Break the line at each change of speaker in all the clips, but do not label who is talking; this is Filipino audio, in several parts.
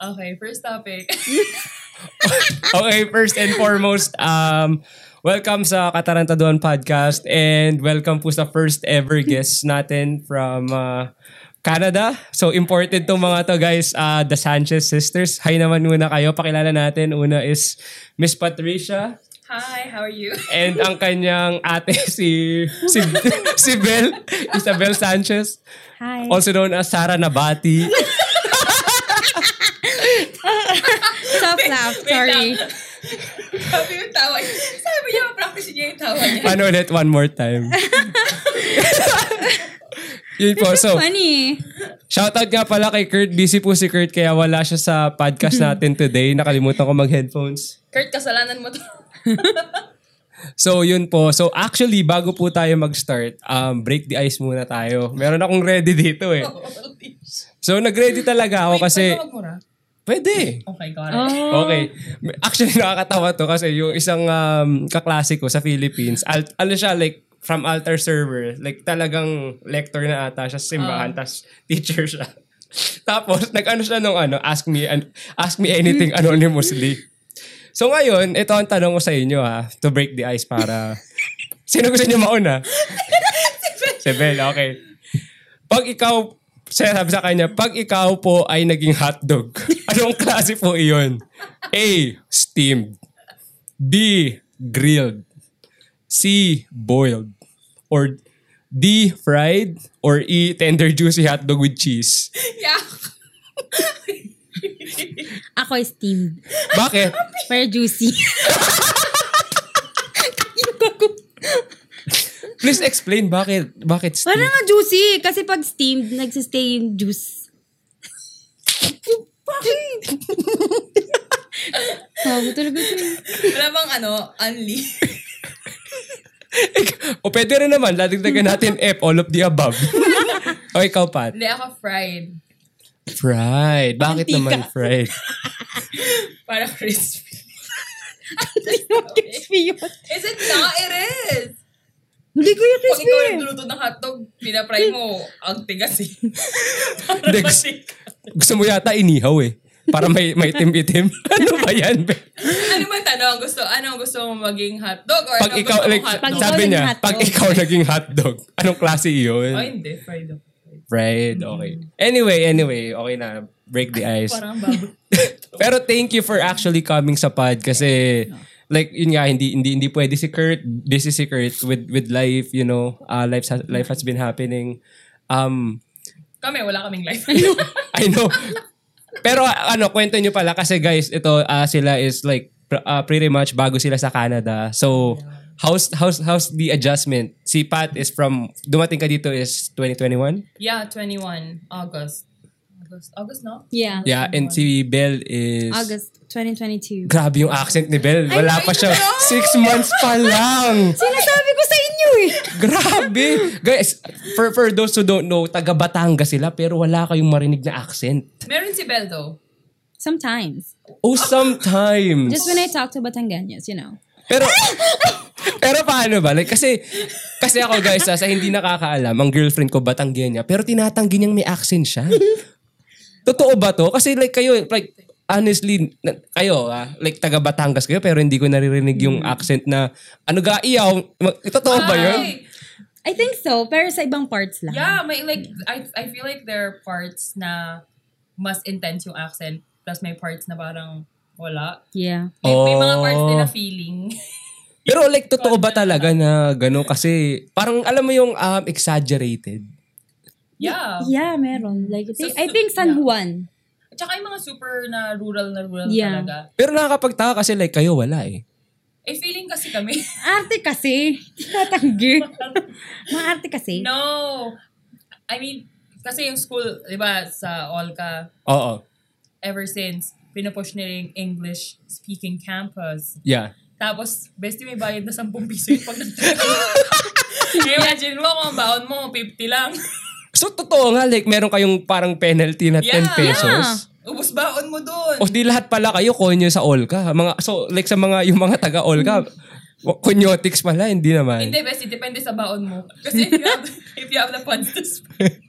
Okay, first topic.
Okay, first and foremost, um, welcome sa Katarantaduan Podcast and welcome po sa first ever guest natin from uh, Canada. So, imported tong mga to guys, uh, the Sanchez Sisters. Hi naman muna kayo. Pakilala natin. Una is Miss Patricia
Hi, how are you?
Eh,
and ang kanyang ate si si, si Bel, Isabel Sanchez.
Hi.
Also known as Sara Nabati.
Stop laugh. Sorry.
Sabi yung tawa niya. Sabi niya, practice niya yung tawa niya.
Ano ulit? One more time. Yun po. Oh, So,
Funny.
Shoutout nga pala kay Kurt. Busy po si Kurt kaya wala siya sa podcast natin today. Nakalimutan ko mag-headphones.
Kurt, kasalanan mo to.
So, yun po. So, actually, bago po tayo mag-start, um, break the ice muna tayo. Meron akong ready dito eh.
Oh,
So, nag-ready talaga ako kasi...
Wait, ano? pwede magmura?
Pwede.
Okay, got it.
Oh.
Okay. Actually, nakakatawa to kasi yung isang um, kaklase ko sa Philippines, al- ano siya, like, from altar server, like, talagang lector na ata siya sa simbahan, tas teacher siya. Tapos, nag-ano siya nung ano, ask me, an- ask me anything anonymously. So ngayon, ito ang tanong ko sa inyo ha, to break the ice para... Sino gusto niyo mauna? si Bel, okay. Pag ikaw, sinasabi sa kanya, pag ikaw po ay naging hotdog, anong klase po iyon? A. Steamed. B. Grilled. C. Boiled. Or D. Fried. Or E. Tender juicy hotdog with cheese.
Yeah.
Ako is steamed.
Bakit?
Pero juicy.
Please explain bakit. Bakit
Wala
steamed?
nga juicy. Kasi pag steamed, nagsistay yung juice. Bakit? Sabi talaga siya.
Wala bang ano, Unli?
O pwede rin naman, ladagdagan natin F, all of the above. o ikaw, Pat.
Hindi, ako fried.
Fried. Bakit
Mantika.
naman fried?
Para crispy.
Crispy yun.
Is it not? It is!
Hindi ko yung
Pag
crispy. eh.
ikaw nagluluto ng hotdog, pinapry mo, ang tigas eh. Parang
Hindi, gusto-
matik.
Gusto mo yata inihaw eh. Para may may itim-itim. ano ba yan? Be?
Ano man tanong? Gusto, ano gusto mo maging hotdog? Or
Pag
ano
ikaw,
gusto
like,
mong
Pag
hotdog?
ikaw
sabi
naging
niya,
hotdog.
pag ikaw naging hotdog, anong klase
Oh,
yun?
hindi. Fried ako.
Right, okay. Anyway, anyway, okay na. Break the ice.
Parang baboy.
Pero thank you for actually coming sa pod kasi like yun nga hindi hindi hindi pwede si Kurt busy si Kurt with with life you know uh, life life has been happening um
Kami, wala kaming life.
I know. Pero uh, ano, kwento nyo pala kasi guys, ito ah, sila is like pr- ah, pretty much bago sila sa Canada. So, how's how's how's the adjustment? Si Pat is from dumating ka dito is 2021.
yeah, 21 August. August, August no?
Yeah.
Yeah, and si Bell is
August 2022.
Grabe yung accent ni Bell. Wala
I
pa siya.
know.
Six months pa lang.
Sinasabi ko sa inyo eh.
Grabe. Guys, for, for those who don't know, taga Batangas sila pero wala kayong marinig na accent.
Meron si Bel though.
Sometimes.
Oh, sometimes.
Just when I talk to Batanganas, you know.
Pero, pero paano ba? Like, kasi, kasi ako guys, ah, sa hindi nakakaalam, ang girlfriend ko Batanggenya, pero tinatanggi niyang may accent siya. Totoo ba to? Kasi like kayo, like, honestly, na- kayo, ah, like taga Batangas kayo, pero hindi ko naririnig yung accent na, ano ga, iyaw, Ma- totoo ba yun?
Ay,
I think so, pero sa ibang parts lang.
Yeah, may like, I, I feel like there are parts na mas intense yung accent. Plus may parts na parang wala.
Yeah.
May, may mga
Oh.
parts din na feeling.
Pero like, totoo ba talaga na gano'n? Kasi, parang alam mo yung um, exaggerated.
yeah.
Yeah, meron. Like, I think,
So,
I think San
yeah.
Juan.
At saka yung mga super na rural na rural
Yeah.
talaga.
Pero nakakapagtaka kasi like, kayo wala eh.
Eh, feeling kasi kami.
Arte kasi. Tatanggi. Maarte kasi.
no! I mean, kasi yung school, di ba, sa Olca,
Oo.
ever since, pinupush nila yung English-speaking campus.
Yeah.
Tapos, bestie, may bayad na 10 piso yung pag Imagine mo kung ang baon mo, 50 lang.
So, totoo nga, like, meron kayong parang penalty na 10
Yeah.
pesos.
Ubus baon mo dun.
O di lahat pala kayo konyo sa Olka. Mga, so, like, sa mga, yung mga taga
Mm.
Olka, wa- konyotics pala, hindi naman.
Hindi, bestie, depende sa baon mo. Kasi if you have, if you have the funds to spend.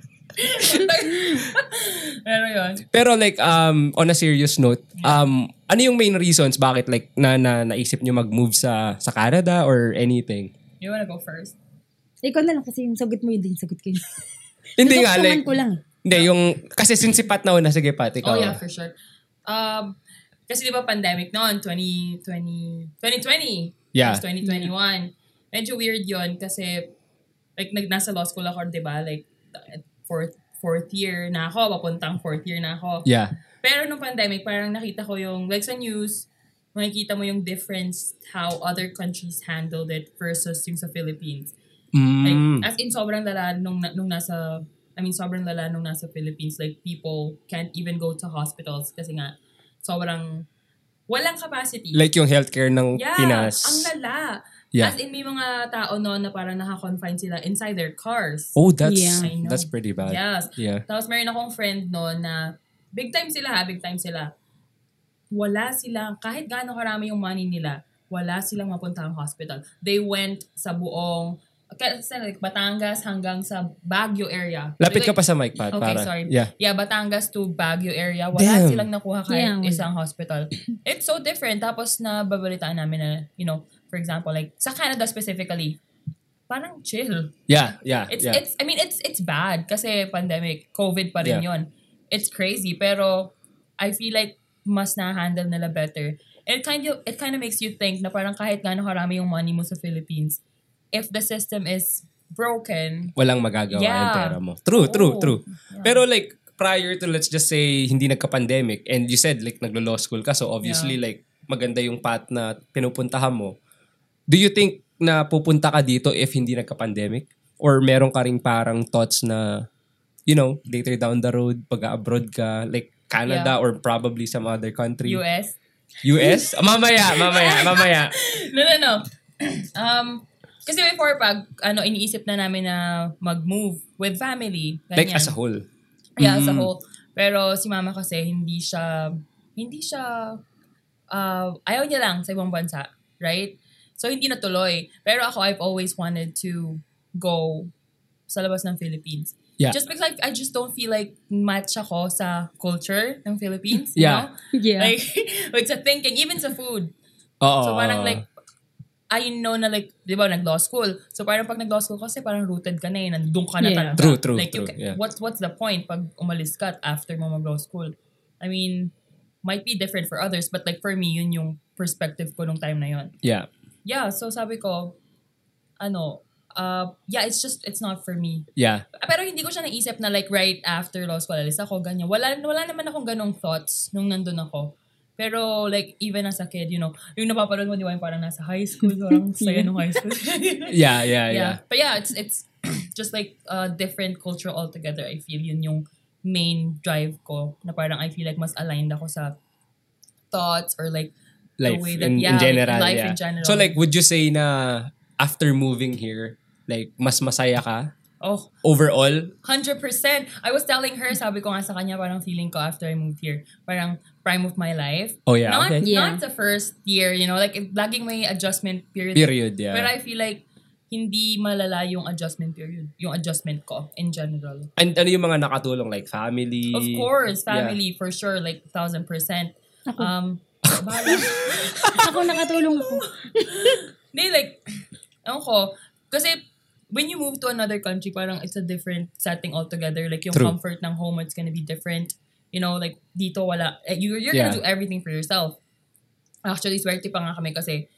Pero yun.
Pero like um on a serious note, um ano yung main reasons bakit like na, na naisip niyo mag-move sa sa Canada or anything?
You wanna go first?
Ikaw na lang kasi yung sagot mo yun din, sagot ko yun.
Hindi nga
Nagustuhan
like
ko lang. eh.
Hindi yung kasi since si Pat na una sige Pat ikaw.
Oh, yeah, for sure. Um, kasi di ba pandemic noon, 2020, 2020.
Yeah.
Tapos 2021. Medyo weird yon kasi like nag nasa law school ako, di ba? Like fourth fourth year na ako, papuntang fourth year na ako.
Yeah.
Pero nung pandemic, parang nakita ko yung, like sa news, makikita mo yung difference how other countries handled it versus yung sa Philippines. Like, uh,
Mm.
as in, sobrang lala nung, na- nung nasa, I mean, sobrang lala nung nasa Philippines. Like, people can't even go to hospitals kasi nga, sobrang, walang capacity.
Like yung healthcare ng
yeah,
Pinas.
ang lala.
Yeah.
As in, may mga tao noon na parang nakakonfine sila inside their cars.
Oh, that's
Yeah.
I know.
that's pretty bad.
Yes.
Yeah.
Tapos meron akong friend noon na big time sila ha, big time sila. Wala silang, kahit gaano karami yung money nila, wala silang mapuntahang hospital. They went sa buong, kaya sa like, Batangas hanggang sa Baguio area.
Lapit
Like,
ka pa sa mic, Pat.
Okay,
para.
sorry.
Yeah.
Yeah, Batangas to Baguio area. Wala
Damn.
silang nakuha kahit
Yeah, wala.
isang hospital. It's so different. Tapos na babalitaan namin na, you know, for example, like sa Canada specifically, parang chill.
Yeah, yeah,
It's
yeah.
it's I mean it's it's bad kasi pandemic, COVID pa rin
Yeah.
'yon. It's crazy pero I feel like mas na-handle nila better. And it kind of it kind of makes you think na parang kahit gaano karami yung money mo sa Philippines, if the system is broken,
Walang magagawa yung
Yeah.
pera mo. True,
Oo.
true, true.
Yeah.
Pero like prior to let's just say hindi nagka-pandemic and you said like naglo-law school ka so obviously like maganda yung path na pinupuntahan mo. Do you think na pupunta ka dito if hindi nagka-pandemic or meron ka ring parang thoughts na you know, later down the road pag abroad ka like Canada or probably some other country.
US
US? Ah, mamaya, mamaya, mamaya.
no, no, no. Um, kasi before, pag ano, iniisip na namin na mag-move with family.
like
ganyan.
as a whole.
Yeah, as a
Mm.
whole. Pero si mama kasi, hindi siya, hindi siya, uh, ayaw niya lang sa ibang bansa, right? So, hindi natuloy. Pero ako, I've always wanted to go sa labas ng Philippines.
Yeah.
Just because like, I just don't feel like match ako sa culture ng Philippines. You
Yeah.
Know?
Yeah.
Like, like sa thinking, even sa food.
Oo.
So parang like, I know na like, di ba, nag-law school. So parang pag nag-law school kasi parang rooted ka na eh. Nandun ka na
Yeah.
talaga.
True, true,
Like, you
true,
ca-
yeah.
what's, what's the point pag umalis ka at after mo mag-law school? I mean, might be different for others, but like for me, yun yung perspective ko nung time na yun.
yeah.
Yeah, so sabi ko, ano, uh, yeah, it's just, it's not for me.
Yeah.
Pero hindi ko siya naisip na like right after law school, alis ako, ganyan. Wala, wala naman akong ganong thoughts nung nandun ako. Pero like even as a kid, you know, yung napapanood mo, di ba, yung parang nasa high school, parang saya nung high school. yeah,
Yeah, yeah, yeah.
But yeah, it's, it's just like a different culture altogether. I feel yun yung main drive ko na parang I feel like mas aligned ako sa thoughts or like
life
way that-
in,
yeah,
in general.
life
yeah.
in general.
So like, would you say na after moving here, like, mas masaya ka
oh
overall?
100%. I was telling her, sabi ko nga sa kanya, parang feeling ko after I moved here, parang prime of my life.
Oh yeah,
Not,
okay.
Yeah.
not the first year, you know, like, it- laging may adjustment period.
Period, yeah.
But I feel like, hindi malala yung adjustment period, yung adjustment ko in general.
And ano yung mga nakatulong? Like family?
Of course, family, for sure, like, 1,000%.
Ako.
Um, bahala.
ako nakatulong ako.
Hindi, like, ewan ko, kasi, when you move to another country, parang it's a different setting altogether. Like, yung
True.
comfort ng home, it's gonna be different. You know, like, dito wala, eh, you, you're gonna
Yeah.
do everything for yourself. Actually, swerte pa nga kami kasi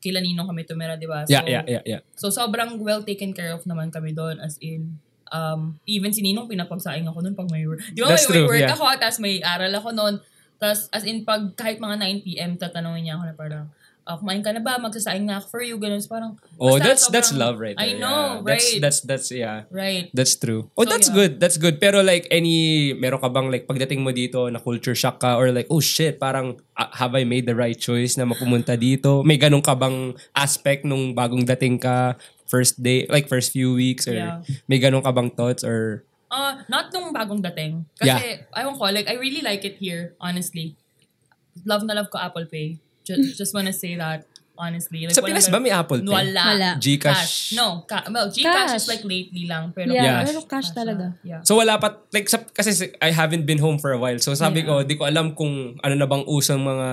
kila ninong kami tumira, di ba?
Yeah,
So,
yeah, yeah, yeah.
So, sobrang well taken care of naman kami doon. As in, um, even si Ninong, pinapagsaing ako noon pag may work. Di ba
That's
may, may
true,
work
yeah.
ako, tapos may aral ako noon. Tapos, as in, pag kahit mga 9pm, tatanungin niya ako na parang, ah, kumain ka na ba? Magsasaing na ako for you. Ganun. So, parang,
Oh,
basta
that's that's
sobrang-
love right
I
there.
know,
yeah. That's,
right?
that's, that's, yeah.
right.
That's true. Oh,
So,
that's
yeah.
good. That's good. Pero like any, meron ka bang like pagdating mo dito na culture shock ka or like, oh shit, parang ah, have I made the right choice na mapumunta dito? May ganun ka bang aspect nung bagong dating ka first day, like first few weeks or
Yeah.
may ganun ka bang thoughts or
Uh, not nung bagong dating. Kasi, I won't call, like, I really like it here, honestly. Love na love ko Apple Pay. Just, just wanna say that. honestly. Like,
Sa Pinas ba
walang-
may Apple Pay?
Wala.
Wala.
Gcash.
No, ca- well, Gcash is
Cash.
like lately lang. Pero
Yeah,
Yes.
pero cash talaga.
Yeah.
So wala pa, like, sa, kasi si- I haven't been home for a while. So sabi ko, di ko alam kung ano na bang usang mga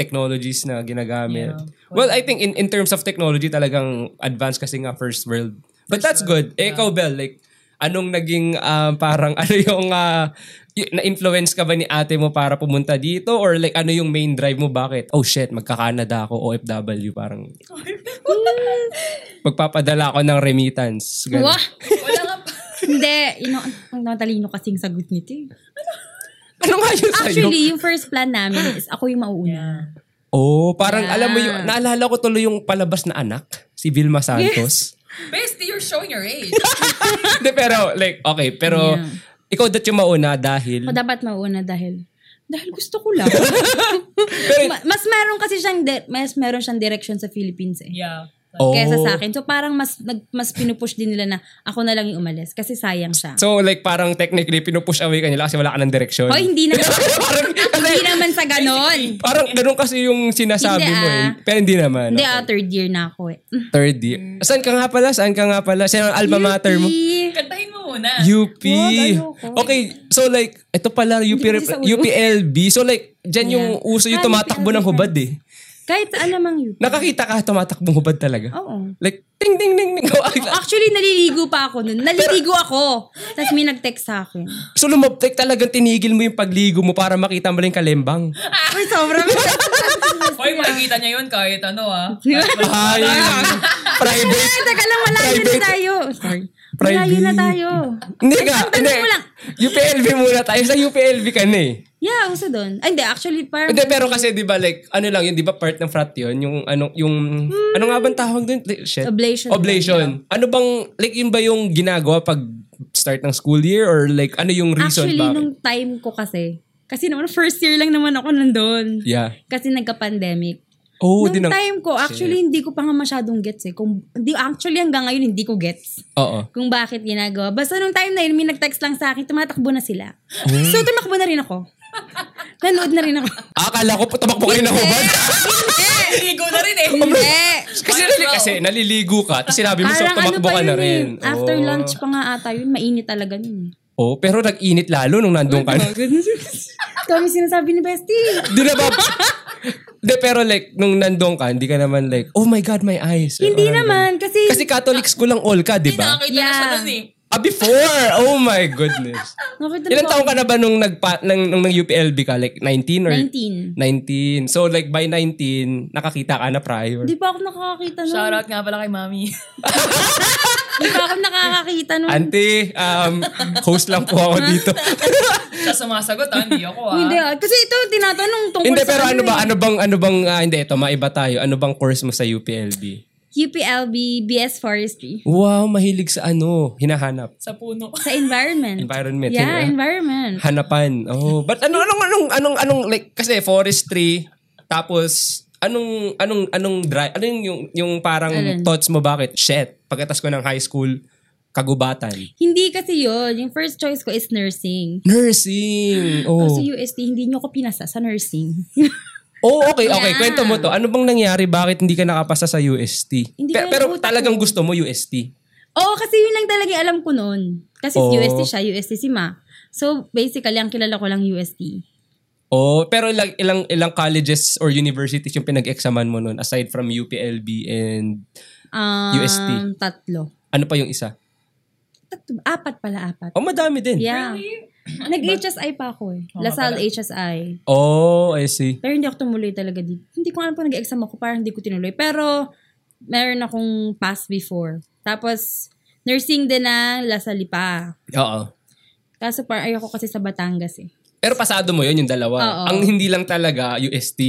technologies na ginagamit.
Yeah.
Well, I think in in terms of technology, talagang advanced kasi nga first world. But that's good. Eh, Ikaw, Bel, like, anong naging ah, parang ano yung ah, y- na-influence ka ba ni ate mo para pumunta dito? Or like, ano yung main drive mo? Bakit? Oh shit, magka-Canada ako, OFW, parang magpapadala ako ng remittance. Ganun.
Wah!
Wala nga pa.
Hindi, you know, ang natalino kasing sagot nito eh.
Ano nga yun sa'yo?
Actually, yung first plan namin is ako yung mauuna.
Oh, parang
Yeah.
alam mo yung, naalala ko tuloy yung palabas na anak, si Vilma Santos.
Bestie, you're showing your age.
Hindi, pero like, okay, pero
Yeah.
ikaw dat yung mauna dahil,
O dapat mauuna dahil, dahil gusto ko lang.
pero,
Ma- mas meron kasi siyang, di- mas meron siyang direction sa Philippines eh.
yeah.
oh,
Kesa sa akin. So parang mas, nag, mas pinupush din nila na ako na lang yung umalis kasi sayang siya.
So like parang technically pinupush away ka nila kasi wala ka ng direksyon.
Hoy, hindi naman.
parang,
hindi naman sa ganon.
parang ganun kasi yung sinasabi
Hindi,
mo eh.
ah.
Pero hindi naman.
Hindi,
okay.
ah, third year na ako eh.
Third year. Saan ka nga pala? Saan ka nga pala? Saan ang alma mater Ah, mo?
Hindi.
Kantahin mo muna.
UP.
Wag, ayoko.
Okay, so like, ito pala UP,
ko kasi sa ulo.
UPLB. So like, dyan yung uso yung
Ah,
tumatakbo
UPLB
ng hubad eh.
Kahit saan namang yun.
Nakakita ka tumatakbong hubad talaga.
Oo.
Like, ting ting ting ting.
Actually, naliligo pa ako nun. Naliligo ako. Tapos may nag-text sa akin.
so lumabtek talagang tinigil mo yung pagligo mo para makita mo lang yung kalembang.
Uy, sobrang.
Hoy, makikita niya yun kahit ano ah.
Ay, private.
Ay, teka lang, malayo na
Private.
tayo. Sorry. Malayo na
Private.
tayo.
Hindi ka.
Ang tanong
Hindi.
mo lang.
UPLB muna tayo. Sa UPLB ka na eh.
Yeah, uso doon. Ay, hindi, actually, parang...
Hindi, pero kasi di ba like, ano lang yun, di ba part ng frat yun? Yung, ano, yung, ano nga bang tawag dun? Like, Shit.
Oblation.
Oblation. Ano bang, like yun ba yung ginagawa pag start ng school year? Or like, ano yung reason
Actually,
bakit?
nung time ko kasi, kasi naman, first year lang naman ako nandun.
Yeah.
Kasi nagka-pandemic.
Oh,
nung
din ang,
time ko, actually, hindi ko pa nga masyadong gets eh. Kung, hindi, actually, hanggang ngayon, hindi ko gets
oo.
kung bakit ginagawa. Basta nung time na yun, may nag-text lang sa akin, tumatakbo na sila.
Hmm.
So, tumakbo na rin ako. Nanood na rin ako.
Ah, Akala ko, tumakbo kayo na hubad.
Ligo na rin eh.
Hindi!
kasi, nali, kasi naliligo ka, tapos sinabi mo, so
Parang ano
tumakbo
pa
ka
yun
na rin.
eh. After
Oo.
lunch pa nga ata yun, mainit talaga yun eh.
Oo, pero nag-init lalo nung nandun ka na.
Kami sinasabi ni Bestie.
Di na ba? Di, pero like, nung nandun ka, hindi ka naman like, oh my God, my eyes.
Hindi
Or-
naman, kasi...
Kasi Catholic school lang all ka, di ba?
Nakakita na siya
Yeah.
nun eh.
Ah, before! Oh my goodness.
nakita
Ilan
ko-
taong ka na ba nung, nagpa, nang, nung, nang UPLB ka? Like 19 or?
19.
19. So like by 19, nakakita ka na prior.
Hindi pa ako nakakakita nun.
Shoutout nga pala kay mami.
Hindi pa ako nakakakita nun.
Auntie, um, host lang po ako dito.
Siya sumasagot ah, hindi ako ah.
Hindi ah. Kasi ito, tinatanong tungkol
hindi,
sa
pero ano ba?
eh.
Ano bang, ano bang, ah, hindi, ito, maiba tayo. Ano bang course mo sa UPLB?
UPLB BS Forestry.
Wow, mahilig sa ano, hinahanap.
Sa puno.
Sa environment.
Environment, ah.
Yeah,
yeah.
environment.
Hanapan. Oh, but ano anong anong anong anong like kasi forestry tapos anong anong anong drive ano yung yung, yung parang
Alin?
thoughts mo bakit shit pagkatas ko ng high school kagubatan.
Hindi kasi yun. Yung first choice ko is nursing.
Nursing. Oh.
Kasi UST, hindi nyo ko pinasa sa nursing.
Oh, okay, okay.
Yeah.
Kwento mo to. Ano bang nangyari? Bakit hindi ka nakapasa sa UST?
Hindi
Pe-
ko
pero
alam, utak
talagang
ko.
gusto mo UST.
Oo, kasi yun lang talaga yung alam ko noon. Kasi
Oo.
UST siya, UST si Ma. So, basically, ang kilala ko lang UST.
Oh, pero ilang ilang ilang colleges or universities yung pinag-examan mo noon aside from UPLB and
Um,
UST.
Tatlo.
ano pa yung isa?
Tatlo. Apat pala, apat.
Oh, madami din.
Yeah. Nag-HSI pa ako eh.
Oo,
Lasal
pala.
HSI.
Oh, I see.
Pero hindi ako tumuloy talaga dito. Hindi ko alam kung nag-exam ako, parang hindi ko tinuloy. Pero, meron akong pass before. Tapos, nursing din ng Lasali pa.
Oo.
Kaso parang ayoko kasi sa Batangas eh.
Pero pasado mo yun, yung dalawa.
Oo.
Ang hindi lang talaga, UST.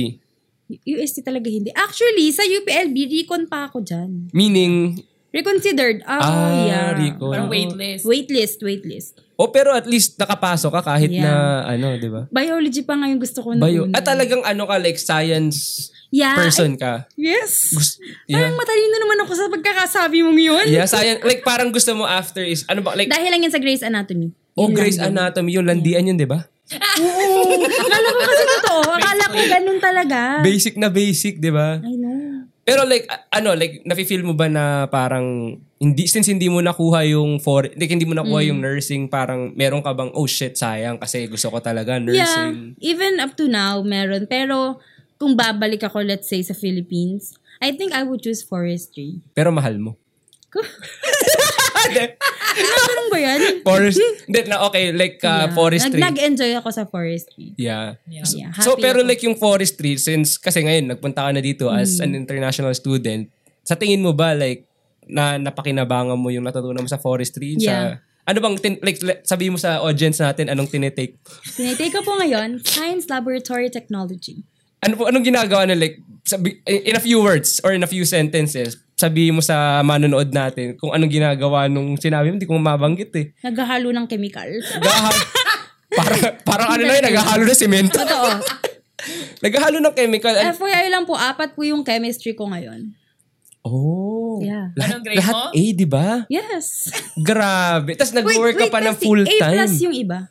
U- UST talaga hindi. Actually, sa UPLB, recon pa ako dyan.
Meaning,
Reconsidered. Oh,
Ah,
yeah.
recon.
Parang waitlist.
Waitlist, waitlist.
oh pero at least nakapasok ka kahit
Yeah.
na, ano, di ba?
Biology pa nga yung gusto ko. na
Bio.
una.
At talagang ano ka, like science
yeah,
person ka.
Ah, I- yes.
Gusto,
Parang
yeah.
matalino naman ako sa pagkakasabi mong ano yun.
Yeah, science. Like parang gusto mo after is, ano ba, like,
Dahil lang yan sa Grey's Anatomy.
oh, Grey's Anatomy, yung landian yun, di ba?
Oo. Akala ko kasi totoo. Akala ko ganun talaga. Ah.
Basic na basic, di ba?
I know.
Pero like, a- ano, like, nafe-feel mo ba na parang, hindi, since hindi mo nakuha yung for, like, hindi mo nakuha
Mm.
yung nursing, parang meron ka bang, oh shit, sayang, kasi gusto ko talaga nursing.
Yeah, even up to now, meron. Pero kung babalik ako, let's say, sa Philippines, I think I would choose forestry.
Pero mahal mo. Hindi.
Ano ba yan?
Forest, hindi, na okay, like, uh, forestry.
Nag- nag-enjoy ako sa forestry.
yeah.
Yeah.
Yeah,
So,
happy
pero
ako. Mm.
like yung forestry, since, kasi ngayon, nagpunta ka na dito as an international student, sa tingin mo ba, like, na napakinabangan mo yung natutunan mo sa forestry?
Yeah.
Sa, ano bang, tin, like, le- sabihin mo sa audience natin, anong tinitake?
Tinitake ko po ngayon, Science Laboratory Technology.
Ano po, anong ginagawa na, like, sabi, eh, in a few words or in a few sentences, sabihin mo sa manonood natin kung anong ginagawa nung sinabi mo, hindi ko mabanggit eh.
Naghahalo ng chemicals.
Gahal. parang, parang ano na yun, naghahalo na simento.
Totoo.
naghahalo ng chemical. Ano-
FYI lang po, apat po yung chemistry ko ngayon.
Oh.
Yeah.
Lahat,
Anong grade
lahat
mo?
A, di ba?
Yes.
Grabe. Tapos nag-work ka pa ng
kasi
full
A
time.
plus yung iba.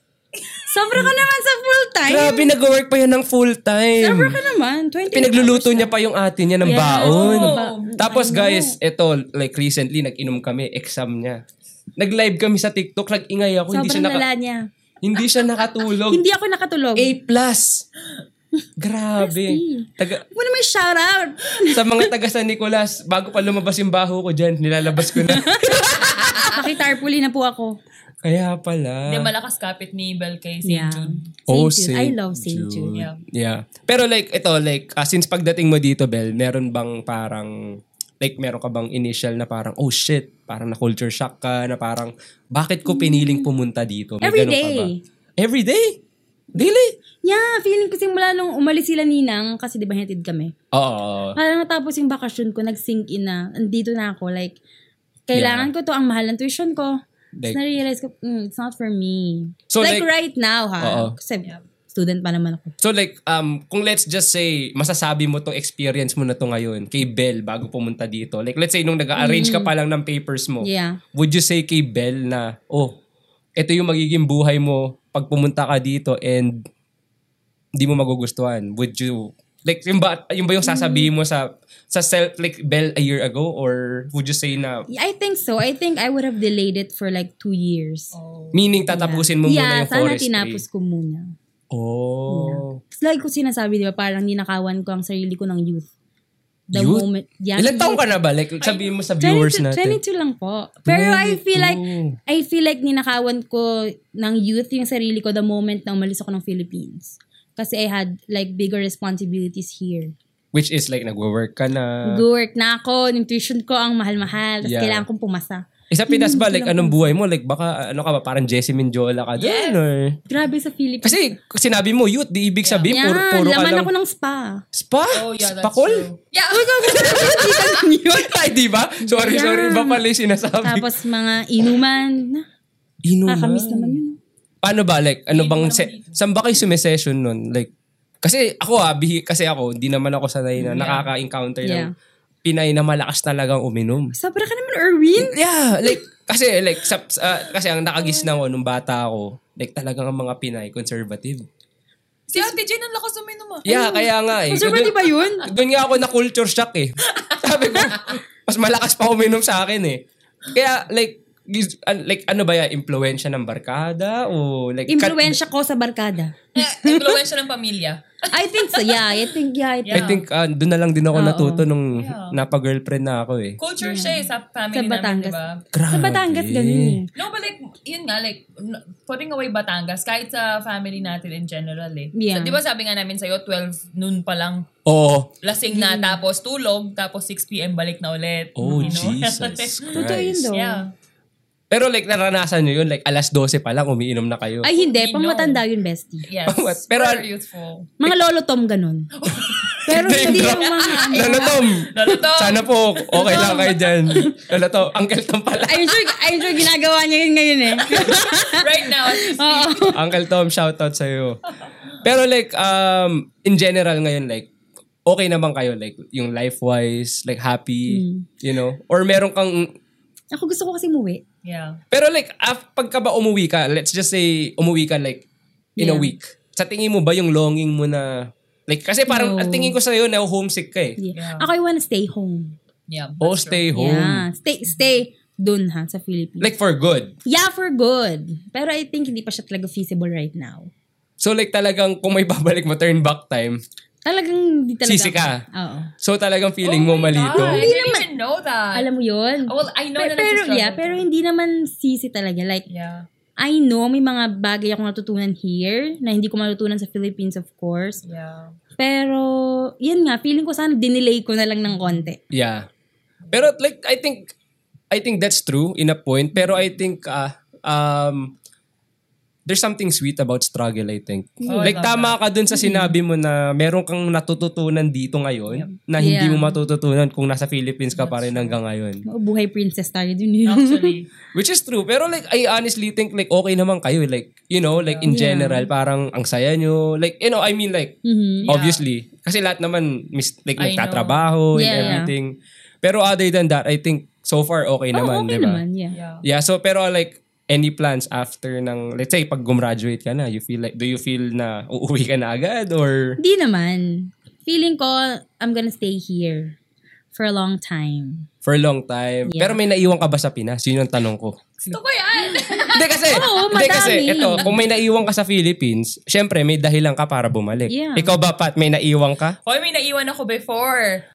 Sobra ka naman sa full time.
Grabe, nag-work pa yan ng full
Sobra
time.
ka naman. 20
Pinagluluto niya pa yung ate niya ng
Yeah.
baon.
Oh.
Tapos
Ano?
guys, eto, like recently, nag-inom kami, exam niya. Nag-live kami sa TikTok, nag-ingay ako, hindi siya,
Sobrang lala
naka, Oh. Eh,
niya.
hindi siya nakatulog.
Hindi ako nakatulog.
A plus. Grabe. Taga,
Huwag mo naman shout out.
sa mga taga San Nicolas, bago pa lumabas yung baho ko dyan, nilalabas ko na. Ah.
Pakitarpuli na po ako.
Kaya
Hindi,
pala.
malakas kapit ni Bel kay St.
Yeah.
Jude.
St.
Oh,
Jude. I love St. Jude.
Yeah.
Yeah. Pero like, ito, like, ah, since pagdating mo dito, Bel, meron bang parang, like, meron ka bang initial na parang, oh shit, parang na-culture shock ka, na parang, bakit ko piniling pumunta dito? May
Mm. Every
ganun ka
day.
ba? Every day? Daily?
Yeah, feeling ko simula nung umalis sila ninang, kasi di ba hinatid kami.
Oo.
Parang natapos yung bakasyon ko, nag-sink in na, andito na ako, like, kailangan ko to, ang mahal ng tuition ko.
Like-
Tapos na-realize ko, mm, it's not for me.
So,
like,
like-
right now, ha?
Oo.
Kasi student pa naman ako.
So like, um, kung let's just say, masasabi mo tong experience mo na to ngayon kay Bel bago pumunta dito. Like let's say, nung nag-arrange
Mm.
ka pa lang ng papers mo,
Yeah.
would you say kay Bel na, oh, ito yung magiging buhay mo pag pumunta ka dito and hindi mo magugustuhan? Would you, like, yung ba, yung, ba yung sasabihin mo sa, sa self, like, Bel a year ago? Or would you say na,
Yeah, I think so. I think I would have delayed it for like two years.
Oh.
meaning tatapusin mo muna
yeah,
yung
sana
forestry?
tinapos ko muna.
Oh.
Tapos lagi ko sinasabi, di ba, parang ninakawan ko ang sarili ko ng youth.
Youth?
moment. Yeah,
Ilang taong ka
youth.
na ba? Like, sabihin mo sa
22,
viewers natin.
22 lang po. Pero I feel like,
22.
I feel like ninakawan ko ng youth yung sarili ko the moment na umalis ako ng Philippines. Kasi I had like bigger responsibilities here.
Which is like, nagwo-work ka na.
Nag-work na ako, yung tuition ko ang mahal-mahal. Tapos
Ah. Yeah.
kailangan kong pumasa.
Eh, sa Pinas ba, like, anong buhay mo? Like, baka, ano ka ba, parang Jessie Minjola ka doon? Or...
Grabe sa Philippines.
Kasi, sinabi mo, youth, di ibig sabihin,
Yan,
puro, puro ka
laman
lang.
ako ng spa.
Spa? Ah,
Oh, yeah, that's
Spa call?
true. Yeah.
Yun tayo, di ba? Sorry,
Yan.
sorry. Iba pala yung sinasabi.
Tapos mga inuman.
Inuman.
Nakakamiss naman yun.
Paano ba? Like, ano bang... Se- saan ba kayo sumesession nun? Like, kasi ako ah, bihi- kasi ako, hindi naman ako sanay na nakaka-encounter
Yeah.
ng Pinay na malakas talagang uminom.
Sobra ka naman, Erwin.
Yeah, like, kasi like, sa, sa- kasi ang nakagis na ko nung bata ako, like talagang ang mga Pinay, conservative.
Si Ate Jane, ang lakas uminom ah.
Yeah, kaya nga eh.
Conservative ba yun?
Doon nga ako na culture shock eh. Sabi ko, mas malakas pa uminom sa akin eh. Kaya like, gis- an- like ano ba yan? Impluensya ng barkada? O like, kat-
Impluensya ko sa barkada.
Eh, Impluensya ng pamilya.
I think so. Yeah, I think, yeah, I think.
I think ah, doon na lang din ako
Oo.
natuto nung
Yeah.
napa-girlfriend na ako eh.
Culture siya eh, sa
Sa
family namin,
Batangas.
di ba?
Sa Batangas, ganun eh.
No, but like, yun nga, like, n- putting away Batangas, kahit sa family natin in general eh.
Yeah.
So, di ba sabi nga namin sa'yo, 12 noon pa lang,
Oo.
lasing na, tapos tulog, tapos 6pm balik na ulit.
Oh,
You know?
Jesus
Mm-hmm. Totoo yun
Christ.
daw.
yeah.
Pero like naranasan nyo yun, like alas 12 pa lang umiinom na kayo.
Ay, hindi.
Uminom.
Pang matanda yun, bestie.
Yes.
Pero-
Very youthful.
Mga lolo tom ganun. Pero hindi
Dendro.
yung mga... ano.
Lolo Tom.
Lolo Tom.
Sana po, okay lang kayo dyan. Lolo Tom. Uncle Tom pala.
I'm sure, I'm sure ginagawa niya yun ngayon eh.
right now, at least,
Oo.
Uncle Tom, shoutout sa'yo. Pero like, um, in general ngayon, like, okay naman kayo, like, yung life-wise, like, happy,
Mm.
you know? Or meron kang,
Ako gusto ko kasi muwi.
yeah.
pero like, af, pagka ba umuwi ka, let's just say, umuwi ka like, in a
Yeah.
week. Sa tingin mo ba yung longing mo na, Like, kasi parang
No.
ang tingin ko sa'yo na homesick ka eh.
Yeah.
Yeah. Ako, I wanna stay home.
Yeah. that's
Oh,
true.
stay home.
Yeah. Stay, stay dun ha, sa Philippines.
Like, for good.
yeah, for good. Pero I think hindi pa siya talaga feasible right now.
So, like, talagang kung may babalik mo, turn back time.
Talagang hindi talaga.
Sisi ka.
Oo.
So, talagang feeling
Oh
mo
my
malito.
God, I didn't even know that.
Alam mo yun?
Ah. Oh, well, I know
Pe-
na
pero,
nagsistruggle
yeah,
ka.
pero hindi naman sisi talaga. Like,
Yeah.
I know may mga bagay akong natutunan here na hindi ko matutunan sa Philippines, of course.
Yeah.
Pero, yun nga, feeling ko sana dinelay ko na lang ng konti.
Yeah. Pero like I think I think that's true in a point pero I think ah, um there's something sweet about struggle I think.
Oh, I
like
love
tama ka dun sa sinabi mo na meron kang natututunan dito ngayon na hindi
Yeah.
mo matututunan kung nasa Philippines ka pa rin hanggang ngayon.
Oh, Buhay princess tayo dun yun.
Actually.
Which is true. Pero like, I honestly think like okay naman kayo. Like, you know, like in
Yeah.
general, parang ang saya nyo. Like, you know, I mean like,
Mhm.
obviously. Kasi lahat naman, mis- like
I know.
nagtatrabaho and
Yeah, yeah.
everything. Pero other than that, I think so far okay
Oo,
naman,
Oh,
di
okay
ba?
naman, yeah.
yeah.
Yeah, so pero like, any plans after ng, let's say, pag gumraduate ka na, you feel like, do you feel na uuwi ka na agad or...
Hindi naman. Feeling ko, I'm gonna stay here for a long time.
For a long time.
Yeah.
Pero may naiwan ka ba sa Pinas? Yun yung tanong ko.
Gusto ko yan.
Hindi kasi,
Oo,
hindi kasi,
madami.
ito, kung may naiwan ka sa Philippines, syempre may dahilan ka para bumalik.
Yeah.
Ikaw ba, Pat, may naiwan ka?
Hoy, may naiwan ako before.